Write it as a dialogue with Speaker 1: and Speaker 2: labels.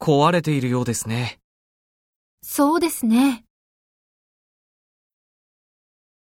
Speaker 1: 壊れているようですね。
Speaker 2: そうですね。